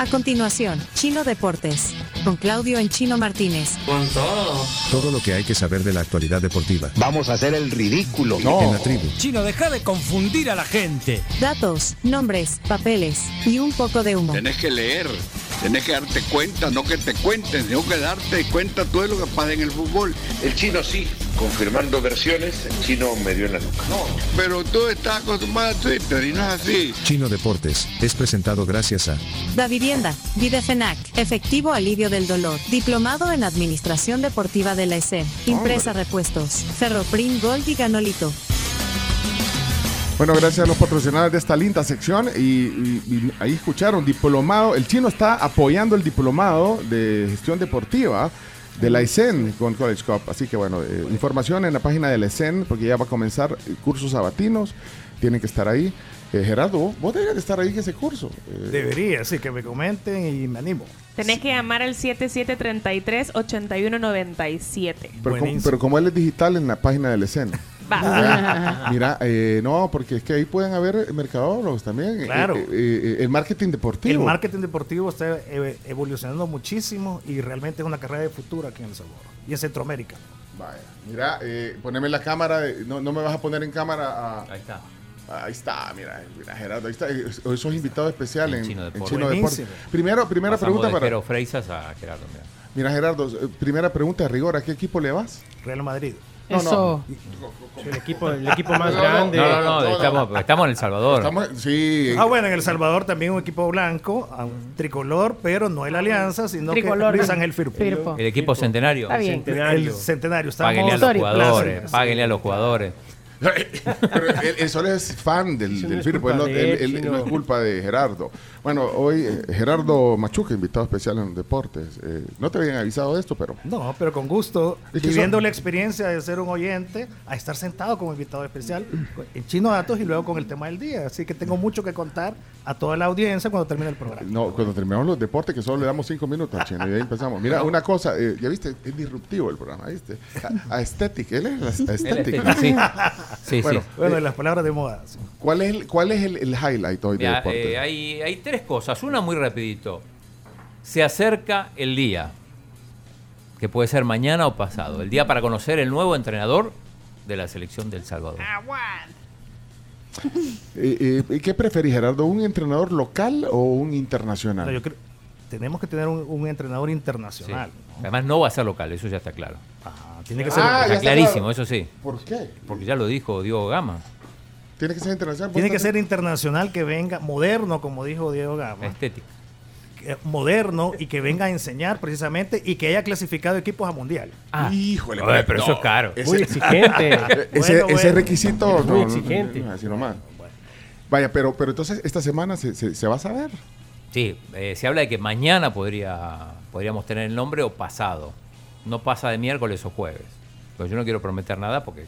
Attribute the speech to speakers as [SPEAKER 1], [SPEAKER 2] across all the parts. [SPEAKER 1] A continuación, Chino Deportes, con Claudio en Chino Martínez.
[SPEAKER 2] Con todo.
[SPEAKER 3] Todo lo que hay que saber de la actualidad deportiva.
[SPEAKER 4] Vamos a hacer el ridículo.
[SPEAKER 3] En
[SPEAKER 5] Eh,
[SPEAKER 3] la tribu.
[SPEAKER 6] Chino, deja de confundir a la gente.
[SPEAKER 1] Datos, nombres, papeles y un poco de humo.
[SPEAKER 7] Tenés que leer, tenés que darte cuenta, no que te cuenten, sino que darte cuenta todo lo que pasa en el fútbol.
[SPEAKER 8] El chino sí, confirmando versiones, el chino me dio en la nuca.
[SPEAKER 7] Pero tú estás acostumbrado a Twitter y no es así.
[SPEAKER 3] Chino Deportes es presentado gracias a
[SPEAKER 1] Da Vivienda, Videfenac, Efectivo Alivio del Dolor, Diplomado en Administración Deportiva de la ESEM, Impresa Repuestos, Ferroprim Gold y Ganolito.
[SPEAKER 9] Bueno, gracias a los patrocinadores de esta linda sección y, y- y ahí escucharon, diplomado, el chino está apoyando el diplomado de gestión deportiva de la E ISEN con College Cup, así que bueno, eh, información en la página de la E ISEN porque ya va a comenzar eh, cursos sabatinos, tienen que estar ahí. Eh, Gerardo, vos- vos deberías de estar ahí en ese curso. Eh,
[SPEAKER 5] Debería, sí, que me comenten y me animo.
[SPEAKER 10] Tenés que llamar al 7733-8197.
[SPEAKER 9] pero, como,
[SPEAKER 5] buenísimo.
[SPEAKER 9] pero como él es digital en la página de la E ISEN.
[SPEAKER 5] ah,
[SPEAKER 2] Ah,
[SPEAKER 10] Va.
[SPEAKER 9] Mira, eh, no, porque es que ahí pueden haber mercadólogos también. eh,
[SPEAKER 5] Claro.
[SPEAKER 9] eh, eh, el marketing deportivo.
[SPEAKER 5] El marketing deportivo está eh, evolucionando muchísimo y realmente es una carrera de futuro aquí en El Salvador y en Centroamérica.
[SPEAKER 9] Vaya, mira, eh, poneme la cámara, de- no, no me vas a poner en cámara a-
[SPEAKER 6] Ahí está.
[SPEAKER 9] Ahí está, mira, mira Gerardo, ahí está. eh, Hoy sos invitado especial en, en Chino Deportes.
[SPEAKER 5] Buenísimo.
[SPEAKER 9] Primero, primera pregunta para...
[SPEAKER 11] Pero Freisas a Gerardo. mira.
[SPEAKER 9] Mira Gerardo, eh, primera pregunta de rigor, ¿a qué equipo le vas?
[SPEAKER 5] Real Madrid.
[SPEAKER 9] No,
[SPEAKER 12] Eso. El equipo, el equipo más
[SPEAKER 9] No, no,
[SPEAKER 12] grande.
[SPEAKER 11] No, no, no,
[SPEAKER 9] no, no,
[SPEAKER 11] estamos, estamos en El Salvador.
[SPEAKER 9] Estamos- sí,
[SPEAKER 5] Ah, bueno, en El Salvador también un equipo blanco, a un tricolor, pero no el Alianza, sino
[SPEAKER 12] Tricolor,
[SPEAKER 5] que Luis
[SPEAKER 12] ¿no?
[SPEAKER 5] Ángel Firpo. Eh,
[SPEAKER 12] Firpo.
[SPEAKER 11] El equipo centenario.
[SPEAKER 12] Está bien.
[SPEAKER 5] El centenario. Estamos
[SPEAKER 11] Páguenle a los
[SPEAKER 12] Histórico.
[SPEAKER 11] jugadores.
[SPEAKER 5] Sí.
[SPEAKER 11] Páguenle a los jugadores.
[SPEAKER 9] Pero él, él solo es fan del,
[SPEAKER 12] Eso
[SPEAKER 9] del
[SPEAKER 12] no es
[SPEAKER 9] Firpo,
[SPEAKER 12] culpa
[SPEAKER 9] él no,
[SPEAKER 12] de
[SPEAKER 9] él-
[SPEAKER 12] él,
[SPEAKER 9] él
[SPEAKER 12] sino-
[SPEAKER 9] no es culpa de Gerardo. Bueno, hoy eh, Gerardo Machuca, invitado especial en Deportes. Eh, no te habían avisado de esto, pero...
[SPEAKER 5] No, pero con gusto,
[SPEAKER 9] Es que
[SPEAKER 5] viviendo
[SPEAKER 9] son-
[SPEAKER 5] la experiencia de ser un oyente, a estar sentado como invitado especial en Chino Datos y luego con el tema del día. Así que tengo mucho que contar a toda la audiencia cuando termine el programa.
[SPEAKER 9] No, cuando terminamos los deportes, que solo le damos cinco minutos al chino y ahí empezamos. Mira, una cosa, eh, ya viste, es disruptivo el programa, ¿viste? A- Aesthetic, él es la-
[SPEAKER 11] El
[SPEAKER 9] aesthetic.
[SPEAKER 11] estético, Este, sí. Sí, Este,
[SPEAKER 9] Bueno,
[SPEAKER 11] sí.
[SPEAKER 5] Bueno, las palabras de moda. sí.
[SPEAKER 9] ¿Cuál es el, cuál es el, el highlight hoy de
[SPEAKER 11] Mira,
[SPEAKER 9] deportes?
[SPEAKER 11] eh, hay, hay tres cosas. Una muy rapidito. Se acerca el día, que puede ser mañana o pasado. El día para conocer el nuevo entrenador de la selección del Salvador.
[SPEAKER 12] Ah,
[SPEAKER 9] Eh, eh, ¿Qué preferís, Gerardo? ¿Un entrenador local o un internacional?
[SPEAKER 5] No, yo creo- tenemos que tener un, un entrenador
[SPEAKER 11] Sí.
[SPEAKER 5] internacional.
[SPEAKER 11] Además no va a ser local, eso ya está claro.
[SPEAKER 5] Ah, tiene que
[SPEAKER 9] Ah,
[SPEAKER 5] ser,
[SPEAKER 9] ya
[SPEAKER 11] Está
[SPEAKER 9] está
[SPEAKER 11] clarísimo,
[SPEAKER 9] claro.
[SPEAKER 11] eso sí.
[SPEAKER 9] ¿Por qué?
[SPEAKER 11] Porque ya lo dijo Diego Gama.
[SPEAKER 9] ¿Tiene que ser internacional?
[SPEAKER 5] tiene
[SPEAKER 9] ¿Vos
[SPEAKER 5] que
[SPEAKER 9] también?
[SPEAKER 5] ser internacional que venga moderno, como dijo Diego Gama,
[SPEAKER 11] Estético.
[SPEAKER 5] que- eh, moderno y que venga a enseñar precisamente y que haya clasificado equipos a mundial.
[SPEAKER 11] Ah,
[SPEAKER 9] Híjole,
[SPEAKER 11] Oye, pero eso es caro.
[SPEAKER 9] Ese-
[SPEAKER 12] Muy exigente.
[SPEAKER 9] Ese, ese
[SPEAKER 5] Bueno, bueno.
[SPEAKER 9] requisito
[SPEAKER 12] Es muy
[SPEAKER 9] no,
[SPEAKER 12] exigente.
[SPEAKER 9] no, no, así nomás. Vaya, pero, pero entonces esta semana se, se- se va a saber.
[SPEAKER 11] Sí, eh, se habla de que mañana podría, podríamos tener el nombre o pasado. No pasa de miércoles o jueves. Pero yo no quiero prometer nada porque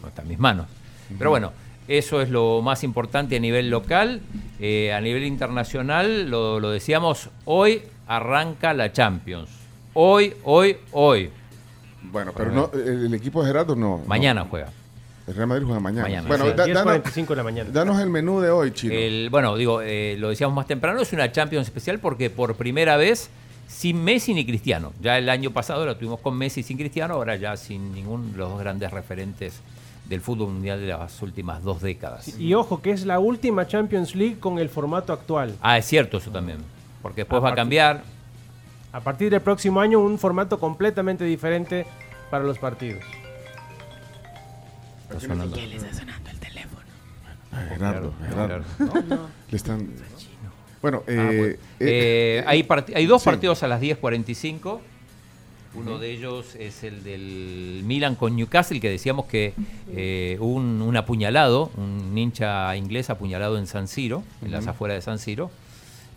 [SPEAKER 11] no está en mis manos. Pero bueno, eso es lo más importante a nivel local. Eh, a nivel internacional, lo, lo decíamos, hoy arranca la Champions. Hoy, hoy, hoy.
[SPEAKER 9] Bueno, pero no, el, el equipo de Gerardo no. no.
[SPEAKER 11] Mañana juega.
[SPEAKER 9] El Real Madrid juega mañana.
[SPEAKER 11] Mañana,
[SPEAKER 9] bueno,
[SPEAKER 11] sí.
[SPEAKER 9] da- danos,
[SPEAKER 12] 10.45 de la mañana.
[SPEAKER 9] danos el menú de hoy, Chino.
[SPEAKER 11] El- bueno, digo, eh, lo decíamos más temprano, es una Champions especial porque por primera vez sin Messi ni Cristiano. Ya el año pasado la tuvimos con Messi y sin Cristiano, ahora ya sin ninguno de los dos grandes referentes del fútbol mundial de las últimas dos décadas.
[SPEAKER 12] Y ojo, que es la última Champions League con el formato actual.
[SPEAKER 11] Ah, es cierto eso también, porque después
[SPEAKER 12] A
[SPEAKER 11] va a
[SPEAKER 12] partir-
[SPEAKER 11] cambiar.
[SPEAKER 12] A partir del próximo año, un formato completamente diferente para los partidos.
[SPEAKER 11] Está sonando.
[SPEAKER 9] Ay, Gerardo, Gerardo.
[SPEAKER 11] Claro.
[SPEAKER 9] Le están. Bueno, eh,
[SPEAKER 11] Ah, bueno.
[SPEAKER 9] eh,
[SPEAKER 11] Eh, hay, part- hay dos
[SPEAKER 9] sí.
[SPEAKER 11] partidos a las 10.45. Uno de ellos es el del Milan con Newcastle, que decíamos que eh, hubo un, un apuñalado, un hincha inglés apuñalado en San Siro, en las afueras de San Siro.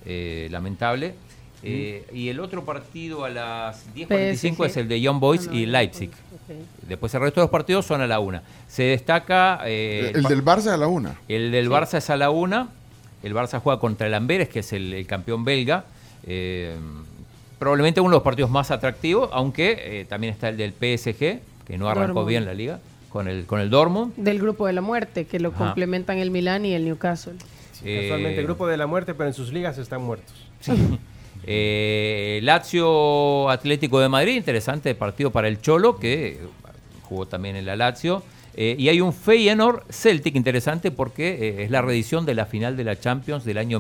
[SPEAKER 11] Eh, lamentable. Eh, y el otro partido a las 10.45 es
[SPEAKER 10] PSG.
[SPEAKER 11] el de Young Boys y Leipzig. Después el resto de los partidos son a la una. Se destaca eh,
[SPEAKER 9] el, del Barça a la una.
[SPEAKER 11] el del Barça es a la una. El Barça juega contra el Amberes, que es el, el campeón belga. Eh, probablemente uno de los partidos más atractivos, aunque eh, también está el del PSG, que no arrancó
[SPEAKER 10] Dortmund.
[SPEAKER 11] bien la liga. con el, con el Dortmund.
[SPEAKER 2] Del grupo de la muerte, que lo
[SPEAKER 5] Ah.
[SPEAKER 11] Ajá.
[SPEAKER 2] complementan el Milán y el Newcastle.
[SPEAKER 11] Eh,
[SPEAKER 12] Casualmente, el grupo de la muerte, pero en sus ligas están muertos.
[SPEAKER 11] Eh, Lazio Atlético de Madrid, interesante partido para el Cholo, que eh, jugó también en la Lazio. Eh, y hay un Feyenoord Celtic interesante porque eh, es la reedición de la final de la Champions del año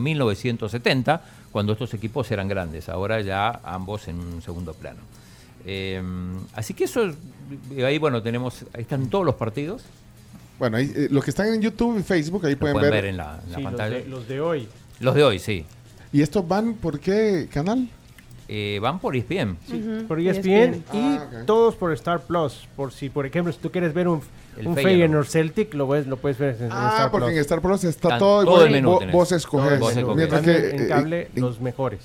[SPEAKER 11] 1970, cuando estos equipos eran grandes. Ahora ya ambos en un segundo plano. Eh, así que eso, es- eh, ahí bueno, tenemos, ahí están todos los partidos.
[SPEAKER 9] Bueno, ahí, eh, los que están en YouTube y Facebook, ahí pueden,
[SPEAKER 11] pueden ver en la- en la Sí, los pantalla. de- los de hoy. Los de hoy, sí.
[SPEAKER 9] ¿Y estos van por qué canal?
[SPEAKER 11] Eh, van por ESPN.
[SPEAKER 12] Por
[SPEAKER 11] es
[SPEAKER 12] ESPN y
[SPEAKER 9] Ah,
[SPEAKER 12] todos por Star Plus. Por si, por ejemplo, si tú quieres ver un,
[SPEAKER 11] El
[SPEAKER 12] un
[SPEAKER 11] Feyenoord.
[SPEAKER 12] Feyenoord Celtic, lo, ves- lo puedes ver en, en
[SPEAKER 9] Ah,
[SPEAKER 12] Star
[SPEAKER 9] porque
[SPEAKER 12] Plus.
[SPEAKER 9] en Star Plus está Tan- todo y todo vos- el menú vos- tenés. vos escoges.
[SPEAKER 12] Todo el menú.
[SPEAKER 9] Mientras que,
[SPEAKER 12] en
[SPEAKER 9] eh,
[SPEAKER 12] cable,
[SPEAKER 9] eh,
[SPEAKER 12] los mejores.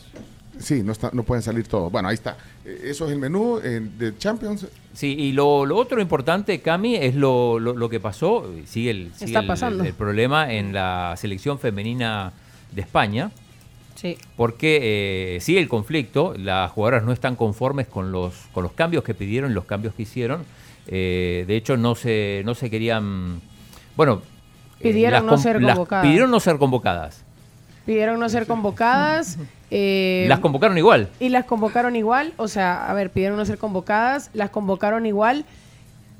[SPEAKER 9] Sí, no, está, no pueden salir todos. Bueno, ahí está. Eh, Eso es el menú eh, de Champions.
[SPEAKER 11] Sí, y lo, lo otro importante, Cami, es lo, lo- lo que pasó, sigue, el, sigue
[SPEAKER 2] Está
[SPEAKER 11] el-
[SPEAKER 2] pasando.
[SPEAKER 11] el- el problema en la selección femenina de España,
[SPEAKER 2] Sí.
[SPEAKER 11] porque eh, sigue el conflicto, las jugadoras no están conformes con los, con los cambios que pidieron y los cambios que hicieron. Eh, de hecho, no se, no se querían... Bueno, eh,
[SPEAKER 2] Pidieron no
[SPEAKER 11] com-
[SPEAKER 2] ser convocadas.
[SPEAKER 11] pidieron no ser convocadas.
[SPEAKER 2] Pidieron no ser convocadas. eh,
[SPEAKER 11] las convocaron igual.
[SPEAKER 2] y las convocaron igual. O sea, a ver, pidieron no ser convocadas, las convocaron igual.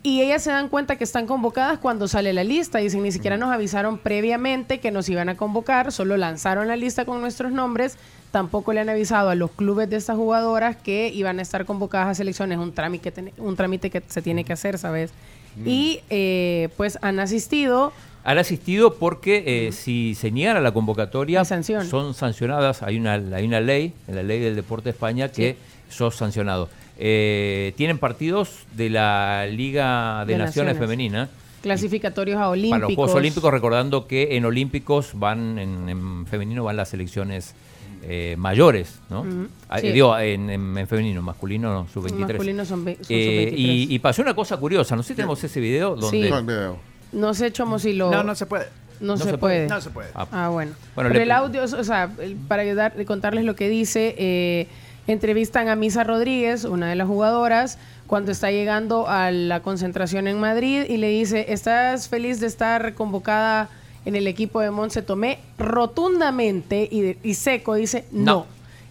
[SPEAKER 2] Y ellas se dan cuenta que están convocadas cuando sale la lista. Dicen, ni siquiera nos avisaron previamente que nos iban a convocar, solo lanzaron la lista con nuestros nombres. Tampoco le han avisado a los clubes de estas jugadoras que iban a estar convocadas a selecciones. Un trámite, que ten- un trámite que se tiene que hacer, ¿sabes?
[SPEAKER 11] Mm.
[SPEAKER 2] Y eh, pues han asistido.
[SPEAKER 11] Han asistido porque eh, si se niegan a la convocatoria, son sancionadas. Hay una, hay una ley, en la ley del deporte de España, que sos sancionado. Eh, tienen partidos de la Liga de,
[SPEAKER 2] De
[SPEAKER 11] Naciones,
[SPEAKER 2] Naciones.
[SPEAKER 11] Femenina.
[SPEAKER 2] clasificatorios a
[SPEAKER 11] Para
[SPEAKER 2] Olímpicos.
[SPEAKER 11] los Juegos Olímpicos, recordando que en Olímpicos van, en, en femenino van las selecciones eh, mayores, ¿no?
[SPEAKER 2] Ujú,
[SPEAKER 11] Ah,
[SPEAKER 2] sí.
[SPEAKER 11] digo, en, en- en femenino, masculino no, sub-23.
[SPEAKER 2] Masculino son ve- son
[SPEAKER 11] Eh,
[SPEAKER 2] sub-23.
[SPEAKER 11] y, y pasó una cosa curiosa, no sé si tenemos ese video donde...
[SPEAKER 2] Sí. No hay No sé, Chomo, si lo...
[SPEAKER 5] No, no se puede.
[SPEAKER 2] No, se, puede.
[SPEAKER 11] se puede.
[SPEAKER 5] No se puede.
[SPEAKER 11] Ah.
[SPEAKER 2] Ah, bueno.
[SPEAKER 11] Bueno,
[SPEAKER 2] Pero
[SPEAKER 11] le-
[SPEAKER 2] el audio, o sea, el- para ayudar, contarles lo que dice, eh, entrevistan a Misa Rodríguez, una de las jugadoras, cuando está llegando a la concentración en Madrid y le dice, ¿estás feliz de estar convocada en el equipo de Montse Tomé? Rotundamente y, de- y seco dice, no.
[SPEAKER 11] No.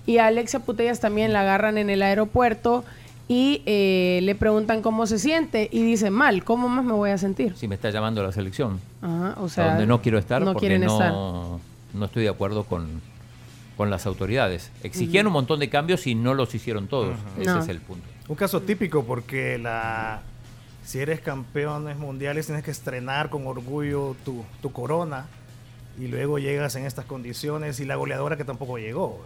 [SPEAKER 2] Y a Alexia Putellas también la agarran en el aeropuerto y eh, le preguntan cómo se siente y dice, mal, ¿cómo más me voy a sentir?
[SPEAKER 11] Si me está llamando la selección.
[SPEAKER 2] Ajá, o
[SPEAKER 11] a
[SPEAKER 2] sea,
[SPEAKER 11] donde no quiero estar
[SPEAKER 2] no
[SPEAKER 11] porque
[SPEAKER 2] quieren
[SPEAKER 11] no,
[SPEAKER 2] estar.
[SPEAKER 11] no estoy de acuerdo con, con las autoridades. Exigían
[SPEAKER 5] Ujú.
[SPEAKER 11] un montón de cambios y no los hicieron todos.
[SPEAKER 5] Ajá.
[SPEAKER 11] Ese
[SPEAKER 5] No.
[SPEAKER 11] es el punto.
[SPEAKER 5] Un caso típico porque la si eres campeones mundiales tienes que estrenar con orgullo tu, tu corona y luego llegas en estas condiciones y la goleadora que tampoco llegó.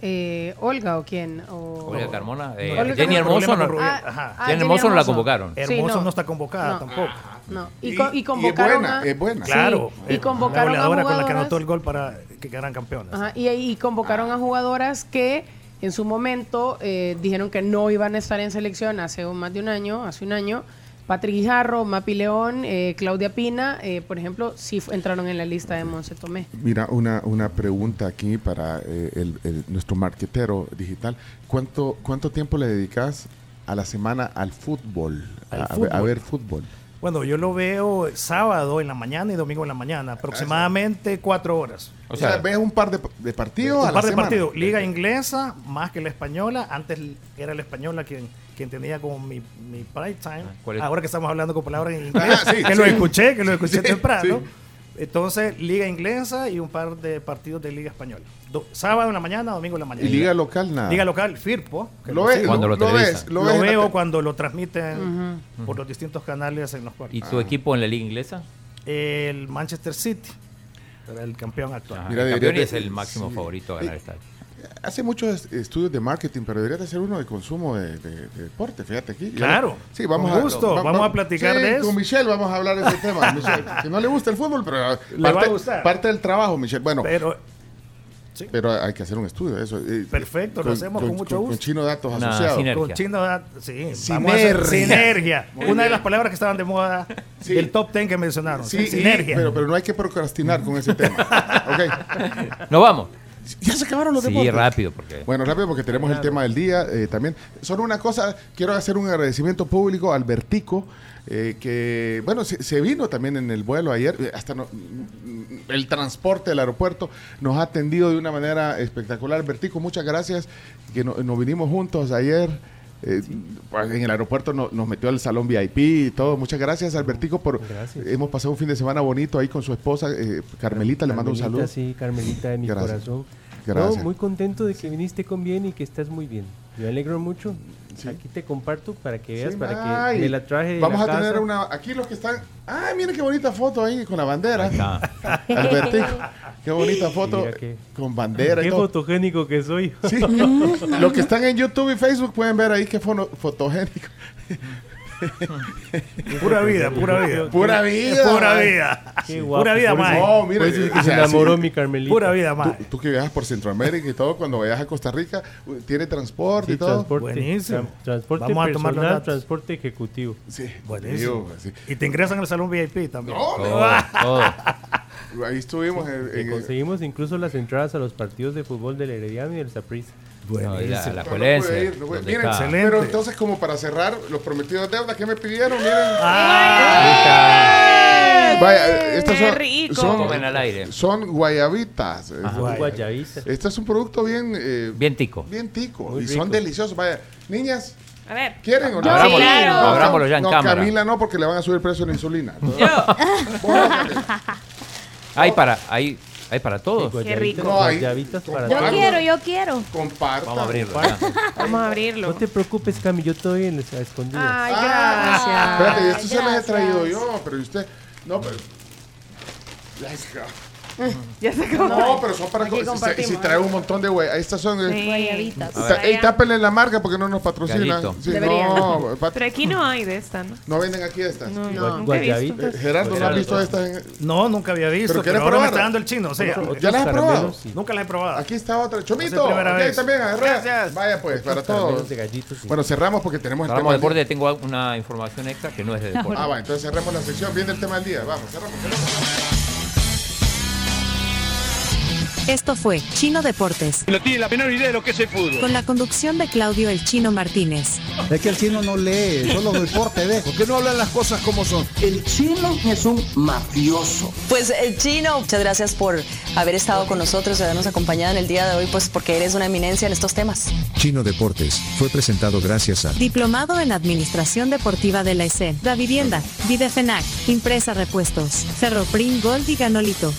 [SPEAKER 2] Eh, Olga o quién? O...
[SPEAKER 9] Oh.
[SPEAKER 11] Olga Carmona, eh,
[SPEAKER 5] Olga
[SPEAKER 11] Jenny
[SPEAKER 5] Carmona,
[SPEAKER 11] Hermoso
[SPEAKER 5] problema
[SPEAKER 11] no-
[SPEAKER 5] con Rubén.
[SPEAKER 11] Ah,
[SPEAKER 5] Ajá.
[SPEAKER 11] Jenny Jenny Hermoso no la Hermoso. convocaron.
[SPEAKER 9] Eh,
[SPEAKER 2] Sí,
[SPEAKER 5] Hermoso
[SPEAKER 2] no.
[SPEAKER 5] no está convocada
[SPEAKER 2] No.
[SPEAKER 5] tampoco.
[SPEAKER 2] No. Y, co- y
[SPEAKER 5] es
[SPEAKER 2] convocaron
[SPEAKER 5] buena,
[SPEAKER 2] a-
[SPEAKER 5] es buena.
[SPEAKER 2] Sí,
[SPEAKER 5] Claro,
[SPEAKER 2] y
[SPEAKER 5] es
[SPEAKER 2] convocaron
[SPEAKER 5] la
[SPEAKER 2] a
[SPEAKER 5] goleadora con la que
[SPEAKER 2] jugadoras.
[SPEAKER 5] anotó el gol para que quedaran campeonas.
[SPEAKER 2] Ajá, y, y convocaron a jugadoras que en su momento eh, dijeron que no iban a estar en selección hace un- más de un año, hace un año. Patrick Guijarro, Mapi León, eh, Claudia Pina, eh, por ejemplo, sí fu- entraron en la lista de Monse Tomé.
[SPEAKER 9] Mira, una, una pregunta aquí para eh, el- el- nuestro marquetero digital. ¿Cuánto, ¿Cuánto tiempo le dedicas a la semana al fútbol?
[SPEAKER 5] Al
[SPEAKER 9] a, a
[SPEAKER 5] fútbol.
[SPEAKER 9] ver- a ver fútbol.
[SPEAKER 5] Bueno, yo lo veo sábado en la mañana y domingo en la mañana, aproximadamente cuatro horas.
[SPEAKER 9] O sea, ves un par de, de partidos a
[SPEAKER 5] Un
[SPEAKER 9] la
[SPEAKER 5] par de
[SPEAKER 9] semana.
[SPEAKER 5] partidos. Liga inglesa más que la española. Antes era la española quien, quien tenía como mi, mi prime time.
[SPEAKER 11] Ah, ¿cuál es?
[SPEAKER 5] Ahora que estamos hablando con palabras en inglés,
[SPEAKER 9] Ah, sí,
[SPEAKER 5] que lo
[SPEAKER 9] sí.
[SPEAKER 5] escuché, que lo escuché
[SPEAKER 9] Sí,
[SPEAKER 5] temprano.
[SPEAKER 9] sí.
[SPEAKER 5] Entonces, Liga inglesa y un par de partidos de Liga española. Do- sábado en la mañana, domingo en la mañana.
[SPEAKER 9] Y liga local, nada.
[SPEAKER 5] Liga local, Firpo. que
[SPEAKER 9] Lo ves,
[SPEAKER 5] sigo.
[SPEAKER 11] Cuando lo lo televisan. ves,
[SPEAKER 5] lo,
[SPEAKER 9] lo ves en la
[SPEAKER 5] veo
[SPEAKER 9] tele.
[SPEAKER 5] cuando lo transmiten por los distintos canales en los cuartos.
[SPEAKER 11] ¿Y
[SPEAKER 9] Ah.
[SPEAKER 11] tu equipo en la liga inglesa?
[SPEAKER 5] El Manchester City, era el campeón actual.
[SPEAKER 9] Mira,
[SPEAKER 11] el
[SPEAKER 9] debería
[SPEAKER 11] campeón y
[SPEAKER 9] de-
[SPEAKER 11] es el máximo
[SPEAKER 9] sí.
[SPEAKER 11] favorito a ganar esta.
[SPEAKER 9] Hace muchos est- estudios de marketing, pero debería de ser uno de consumo de, de- de deporte, fíjate aquí.
[SPEAKER 5] Claro.
[SPEAKER 9] Sí, vamos
[SPEAKER 5] Con
[SPEAKER 9] a,
[SPEAKER 5] gusto,
[SPEAKER 9] va-
[SPEAKER 5] vamos
[SPEAKER 9] va-
[SPEAKER 5] a platicar
[SPEAKER 9] sí,
[SPEAKER 5] de eso.
[SPEAKER 9] Con Michelle vamos a hablar de ese tema. Michelle, que no le gusta el fútbol, pero parte,
[SPEAKER 5] va a gustar.
[SPEAKER 9] parte del trabajo, Michelle. Bueno,
[SPEAKER 5] Pero
[SPEAKER 9] pero hay que hacer un estudio de eso. Eh,
[SPEAKER 5] Perfecto, lo hacemos con mucho gusto.
[SPEAKER 9] Con chino datos
[SPEAKER 11] Una
[SPEAKER 9] asociados.
[SPEAKER 11] sinergia.
[SPEAKER 5] Con Chino da- sí, vamos a hacer
[SPEAKER 9] Sinergia.
[SPEAKER 5] sinergia.
[SPEAKER 9] Muy
[SPEAKER 5] Una de
[SPEAKER 9] bien.
[SPEAKER 5] las palabras que estaban de moda
[SPEAKER 9] Sí.
[SPEAKER 5] del top 10 que mencionaron.
[SPEAKER 9] Sí, y-
[SPEAKER 5] sinergia.
[SPEAKER 9] pero, pero no hay que procrastinar con ese tema. Ok.
[SPEAKER 11] Nos vamos.
[SPEAKER 9] Ya se acabaron los
[SPEAKER 11] Sí,
[SPEAKER 9] deportes.
[SPEAKER 11] rápido, porque-
[SPEAKER 9] Bueno, rápido porque tenemos el tema del día eh, también. Solo una cosa, quiero hacer un agradecimiento público a Albertico, eh, que, bueno, se, se vino también en el vuelo ayer, eh, hasta no- mm, el transporte del aeropuerto nos ha atendido de una manera espectacular. Albertico, muchas gracias, que no- nos vinimos juntos ayer. eh, pues, En el aeropuerto no- nos metió al salón VIP y todo. Muchas gracias, Albertico, por... Hemos pasado un fin de semana bonito ahí con su esposa, eh, Carmelita, le mando un
[SPEAKER 12] Carmelita,
[SPEAKER 9] saludo.
[SPEAKER 12] Sí, Carmelita de mi
[SPEAKER 9] Gracias.
[SPEAKER 12] corazón.
[SPEAKER 9] Gracias.
[SPEAKER 12] No, muy contento de que viniste con bien y que estás muy bien. Yo alegro mucho. Aquí te comparto para que veas,
[SPEAKER 9] Sí,
[SPEAKER 12] para
[SPEAKER 9] ay.
[SPEAKER 12] que me la traje. de
[SPEAKER 9] Vamos
[SPEAKER 12] la
[SPEAKER 9] a tener
[SPEAKER 12] casa.
[SPEAKER 9] una. Aquí los que están. ¡Ay, miren qué bonita foto ahí con la bandera! Albertico. Qué bonita foto
[SPEAKER 12] Mira qué-
[SPEAKER 9] con bandera
[SPEAKER 12] Qué
[SPEAKER 9] y todo.
[SPEAKER 12] fotogénico que soy.
[SPEAKER 9] Sí. los que están en YouTube y Facebook pueden ver ahí qué fono- fotogénico.
[SPEAKER 5] Pura vida, pura vida.
[SPEAKER 9] Pura vida. eh.
[SPEAKER 5] Pura
[SPEAKER 9] mae.
[SPEAKER 5] vida.
[SPEAKER 12] Qué
[SPEAKER 5] Sí,
[SPEAKER 12] guapo.
[SPEAKER 5] Pura vida,
[SPEAKER 12] Por eso-
[SPEAKER 5] mae.
[SPEAKER 9] No, mira,
[SPEAKER 12] Por eso es que
[SPEAKER 9] o
[SPEAKER 12] se
[SPEAKER 9] sea,
[SPEAKER 12] enamoró
[SPEAKER 9] sí.
[SPEAKER 12] mi Carmelita.
[SPEAKER 5] Pura vida,
[SPEAKER 9] Tú,
[SPEAKER 5] mae.
[SPEAKER 9] tú que viajas por Centroamérica y todo, cuando viajas a Costa Rica, uh, tiene transporte
[SPEAKER 12] Sí,
[SPEAKER 9] y todo.
[SPEAKER 12] transporte.
[SPEAKER 5] Buenísimo.
[SPEAKER 12] Tran- transporte
[SPEAKER 5] Vamos a tomar los
[SPEAKER 12] personal,
[SPEAKER 5] datos.
[SPEAKER 12] transporte ejecutivo.
[SPEAKER 9] Sí,
[SPEAKER 5] Buenísimo.
[SPEAKER 9] digo, así.
[SPEAKER 5] Y te ingresan al salón VIP también.
[SPEAKER 11] Todo, todo.
[SPEAKER 9] Ahí estuvimos en-
[SPEAKER 12] Que
[SPEAKER 9] en-
[SPEAKER 12] conseguimos incluso las entradas a los partidos de fútbol del Herediano y del Saprissa.
[SPEAKER 11] No, y la,
[SPEAKER 9] No, no
[SPEAKER 11] la
[SPEAKER 9] pude
[SPEAKER 11] Juelense,
[SPEAKER 9] ir, no pude-
[SPEAKER 11] ¿dónde
[SPEAKER 9] Miren,
[SPEAKER 11] está?
[SPEAKER 5] excelente.
[SPEAKER 9] pero entonces como para cerrar, los prometidos deuda que me pidieron, miren.
[SPEAKER 11] Ahí
[SPEAKER 5] Ah.
[SPEAKER 11] está.
[SPEAKER 9] Vaya, eh, estas
[SPEAKER 10] ¡Qué
[SPEAKER 9] son,
[SPEAKER 10] rico!
[SPEAKER 11] Comen al
[SPEAKER 9] son,
[SPEAKER 11] aire.
[SPEAKER 9] son guayabitas.
[SPEAKER 12] Un guayabista.
[SPEAKER 9] Este es un producto bien, eh,
[SPEAKER 11] Bien tico.
[SPEAKER 9] bien tico
[SPEAKER 12] Muy
[SPEAKER 9] y
[SPEAKER 12] rico.
[SPEAKER 9] son deliciosos. Vaya, niñas,
[SPEAKER 10] A ver.
[SPEAKER 9] ¿quieren o no?
[SPEAKER 11] Abrámoslo,
[SPEAKER 10] Sí,
[SPEAKER 9] No,
[SPEAKER 10] claro.
[SPEAKER 11] abrámoslo ya en
[SPEAKER 9] no,
[SPEAKER 11] cámara.
[SPEAKER 9] Camila no, porque le van a subir precio en insulina.
[SPEAKER 11] Hay para, hay, hay para todos.
[SPEAKER 12] Guayabitas-
[SPEAKER 10] rico.
[SPEAKER 9] No, ahí-
[SPEAKER 12] guayabitas para
[SPEAKER 9] Yo
[SPEAKER 13] Yo
[SPEAKER 9] Vamos.
[SPEAKER 13] quiero,
[SPEAKER 9] quiero,
[SPEAKER 13] yo quiero.
[SPEAKER 9] Compartan.
[SPEAKER 11] Vamos a abrirlo. ya.
[SPEAKER 10] Vamos a abrirlo.
[SPEAKER 12] No te preocupes, Cami, yo estoy en las escondidas.
[SPEAKER 10] Ay,
[SPEAKER 9] Ah,
[SPEAKER 10] gracias.
[SPEAKER 9] Espérate, esto se las he
[SPEAKER 13] gracias.
[SPEAKER 9] traído yo, pero ¿y usted... No, pero...
[SPEAKER 10] Ya se acabó.
[SPEAKER 9] No, pero son para...
[SPEAKER 2] Aquí
[SPEAKER 9] si- Si,
[SPEAKER 2] compartimos.
[SPEAKER 9] trae un montón de güey. Estas son... eh,
[SPEAKER 10] Sí.
[SPEAKER 13] Guayabitas.
[SPEAKER 9] Ta- Ey, tápenle la marca porque no nos patrocinan.
[SPEAKER 11] Galito.
[SPEAKER 9] Sí,
[SPEAKER 2] Deberían.
[SPEAKER 9] no, va-
[SPEAKER 10] Pero aquí no hay de esta, ¿no?
[SPEAKER 9] no venden aquí estas.
[SPEAKER 10] No,
[SPEAKER 12] Gua-
[SPEAKER 10] no. Nunca he visto.
[SPEAKER 12] guayabitas.
[SPEAKER 9] Eh, Gerardo, ¿no has visto estas? en-
[SPEAKER 5] No, nunca había visto.
[SPEAKER 9] ¿Pero quieres
[SPEAKER 5] Pero ahora
[SPEAKER 9] probar?
[SPEAKER 5] me está dando el chino. O sea,
[SPEAKER 12] Otros
[SPEAKER 9] ¿Ya las has probado?
[SPEAKER 12] caramelos y
[SPEAKER 5] nunca la he probado.
[SPEAKER 9] Aquí está otra.
[SPEAKER 5] Es
[SPEAKER 9] Chomito,
[SPEAKER 5] la primera
[SPEAKER 9] ok,
[SPEAKER 5] vez.
[SPEAKER 9] también agarra.
[SPEAKER 5] Gracias.
[SPEAKER 9] Vaya pues, para
[SPEAKER 12] caramelos
[SPEAKER 9] todos.
[SPEAKER 12] de gallitos y-
[SPEAKER 9] Bueno, cerramos porque tenemos el tema
[SPEAKER 11] Hablamos de
[SPEAKER 9] del
[SPEAKER 11] deporte,
[SPEAKER 9] día.
[SPEAKER 11] tengo una información extra que no es de deporte.
[SPEAKER 9] Ah, va, entonces cerramos la sección. Viene el tema del día. Vamos, cerramos. cerramos.
[SPEAKER 1] Esto fue Chino Deportes,
[SPEAKER 4] No tiene la menor idea de lo que es el fútbol.
[SPEAKER 1] con la conducción de Claudio El Chino Martínez.
[SPEAKER 14] Es que el chino no lee, solo deporte ve.
[SPEAKER 4] ¿Por qué no hablan las cosas como son?
[SPEAKER 15] El chino es un mafioso.
[SPEAKER 16] Pues eh, Chino, muchas gracias por haber estado con nosotros y habernos acompañado en el día de hoy, pues porque eres una eminencia en estos temas.
[SPEAKER 3] Chino Deportes fue presentado gracias a
[SPEAKER 1] Diplomado en Administración Deportiva de la E ESEN, Da Vivienda, Videfenac, Impresa Repuestos, Ferroprim Gold y Ganolito.